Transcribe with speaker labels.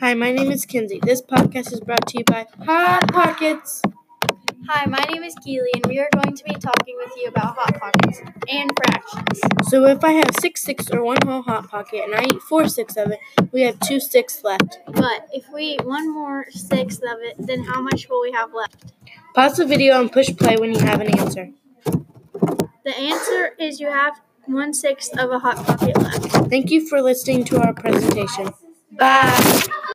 Speaker 1: Hi, my name is Kinsey. This podcast is brought to you by Hot Pockets.
Speaker 2: Hi, my name is Keely, and we are going to be talking with you about Hot Pockets and fractions.
Speaker 1: So, if I have six sticks or one whole Hot Pocket and I eat four sticks of it, we have two sticks left.
Speaker 2: But if we eat one more sixth of it, then how much will we have left?
Speaker 1: Pause the video and push play when you have an answer.
Speaker 2: The answer is you have one sixth of a Hot Pocket left.
Speaker 1: Thank you for listening to our presentation. Bye.